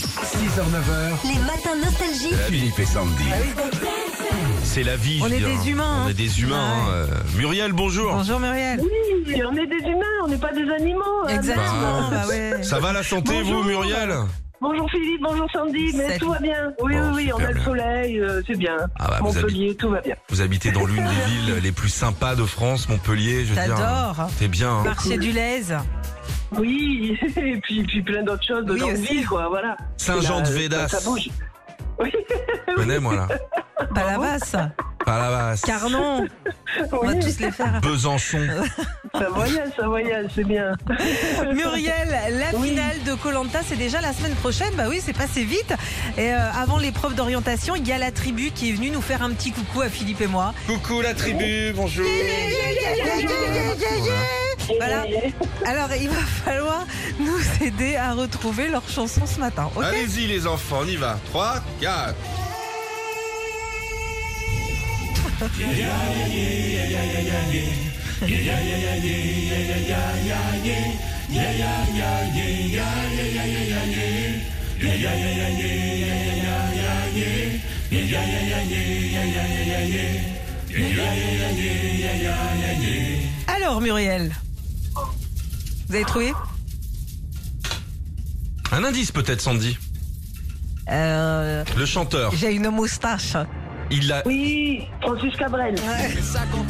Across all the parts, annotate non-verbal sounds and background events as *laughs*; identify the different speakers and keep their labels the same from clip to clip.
Speaker 1: 6h, 9h,
Speaker 2: Les matins nostalgiques.
Speaker 1: Philippe et Sandy.
Speaker 3: C'est la vie.
Speaker 4: On
Speaker 3: je veux
Speaker 4: est
Speaker 3: dire.
Speaker 4: des humains,
Speaker 3: On
Speaker 4: hein.
Speaker 3: est des humains. hein. Euh, Muriel, bonjour.
Speaker 4: Bonjour Muriel.
Speaker 5: Oui, on est des humains, on n'est pas des animaux. euh,
Speaker 3: Bah,
Speaker 4: Exactement, bah ouais.
Speaker 3: Ça va la santé,
Speaker 5: Bonjour.
Speaker 3: vous, Muriel
Speaker 5: Bonjour Philippe, bonjour Sandy, mais
Speaker 4: Salut.
Speaker 5: tout va bien. Oui,
Speaker 3: Bon,
Speaker 5: oui, oui, on
Speaker 3: super
Speaker 5: a le
Speaker 3: bien.
Speaker 5: soleil, euh, c'est bien.
Speaker 3: Ah bah, vous
Speaker 5: Montpellier, tout va bien.
Speaker 3: Vous habitez dans l'une des villes les plus sympas de France, Montpellier, je veux dire.
Speaker 4: T'adores.
Speaker 3: C'est bien. hein.
Speaker 4: Marché du Lez.
Speaker 5: Oui, *laughs* et puis, puis plein d'autres choses
Speaker 4: Oui,
Speaker 5: dans le
Speaker 4: aussi.
Speaker 5: ville, quoi, voilà.
Speaker 3: Saint-Jean-de-Védas.
Speaker 5: Ça, ça bouge.
Speaker 3: Je connais, moi, là.
Speaker 4: Palavas.
Speaker 3: Palavas.
Speaker 4: Carnon. On va
Speaker 5: Oui,
Speaker 4: tous les
Speaker 5: *laughs*
Speaker 4: faire.
Speaker 3: Besançon.
Speaker 5: ça voyage, ça voyage, c'est bien.
Speaker 4: Muriel, la
Speaker 5: Oui.
Speaker 4: finale de Colanta, c'est déjà la semaine prochaine. Bah oui, c'est passé vite. Et euh, avant l'épreuve d'orientation, il y a la tribu qui est venue nous faire un petit coucou à Philippe et moi.
Speaker 3: Coucou la tribu, bonjour.
Speaker 4: Voilà. Alors, il va falloir nous aider à retrouver leur chanson ce matin. ok
Speaker 3: Allez-y les enfants, on y va. 3, 4.
Speaker 4: Alors, Muriel, vous avez trouvé
Speaker 3: Un indice peut-être, Sandy.
Speaker 4: Euh,
Speaker 3: Le chanteur,
Speaker 4: *laughs* J'ai une moustache.
Speaker 3: il a...
Speaker 5: Oui, Francis Cabrel. Et voilà, et ça
Speaker 3: Non,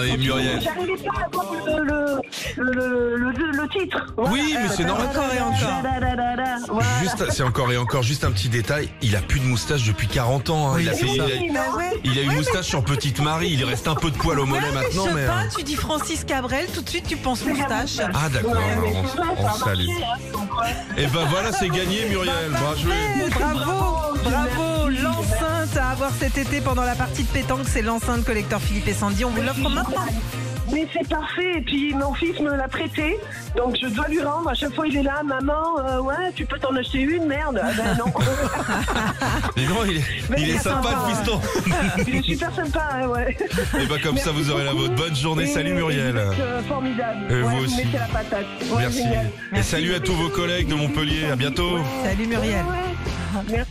Speaker 3: mais
Speaker 5: continue.
Speaker 3: Muriel.
Speaker 5: J'arrivais pas à voir le, le, le, le, le- le titre. Voilà. Ah,
Speaker 3: Oui,
Speaker 4: euh,
Speaker 3: mais c'est normal.
Speaker 4: Encore et encore.
Speaker 5: Da, da, da, da. Voilà.
Speaker 3: Juste, c'est encore et encore juste un petit détail. Il a plus de moustache depuis 40 ans. hein. Il, a fait- il a-
Speaker 5: Oui, non.
Speaker 3: il a eu moustache sur Petite Marie. Il reste un peu de poil au mollet
Speaker 4: Je
Speaker 3: maintenant,
Speaker 4: sais
Speaker 3: mais.
Speaker 4: pas,
Speaker 3: euh,
Speaker 4: tu dis Francis Cabrel, tout de suite tu penses moustache.
Speaker 3: Ah d'accord.
Speaker 5: Ouais, mais
Speaker 3: on-
Speaker 5: c'est vrai,
Speaker 3: on
Speaker 5: ça a
Speaker 3: salue.
Speaker 5: marché, hein, donc, ouais.
Speaker 3: Et ben voilà, c'est gagné, Muriel. Bravo. joué.
Speaker 4: Bravo, bravo, l'enceinte à avoir cet été pendant la partie de pétanque, c'est l'enceinte collecteur Philippe et Sandy. On vous l'offre
Speaker 5: *laughs*
Speaker 4: maintenant.
Speaker 5: Mais c'est parfait. Et puis mon fils me l'a prêté, donc je dois lui rendre. À chaque fois, il est là, maman. euh, ouais, tu peux t'en acheter une, merde. Ah ben non.
Speaker 3: *laughs* Mais non, il est,
Speaker 5: Mais
Speaker 3: il est
Speaker 5: il est
Speaker 3: sympa,
Speaker 5: sympa,
Speaker 3: le fiston.
Speaker 5: il est super sympa, hein, ouais.
Speaker 3: Et ben comme ça, vous aurez la vôtre. Bonne journée.
Speaker 5: Et-
Speaker 3: Salut,
Speaker 5: et
Speaker 3: Muriel.
Speaker 5: vous êtes, euh, formidable.
Speaker 3: Et
Speaker 5: Ouais,
Speaker 3: vous
Speaker 5: vous
Speaker 3: aussi.
Speaker 5: mettez la patate. Ouais,
Speaker 3: Merci.
Speaker 5: génial.
Speaker 3: Et salut à tous vos collègues de Montpellier. À bientôt.
Speaker 4: Salut Muriel.
Speaker 5: Merci.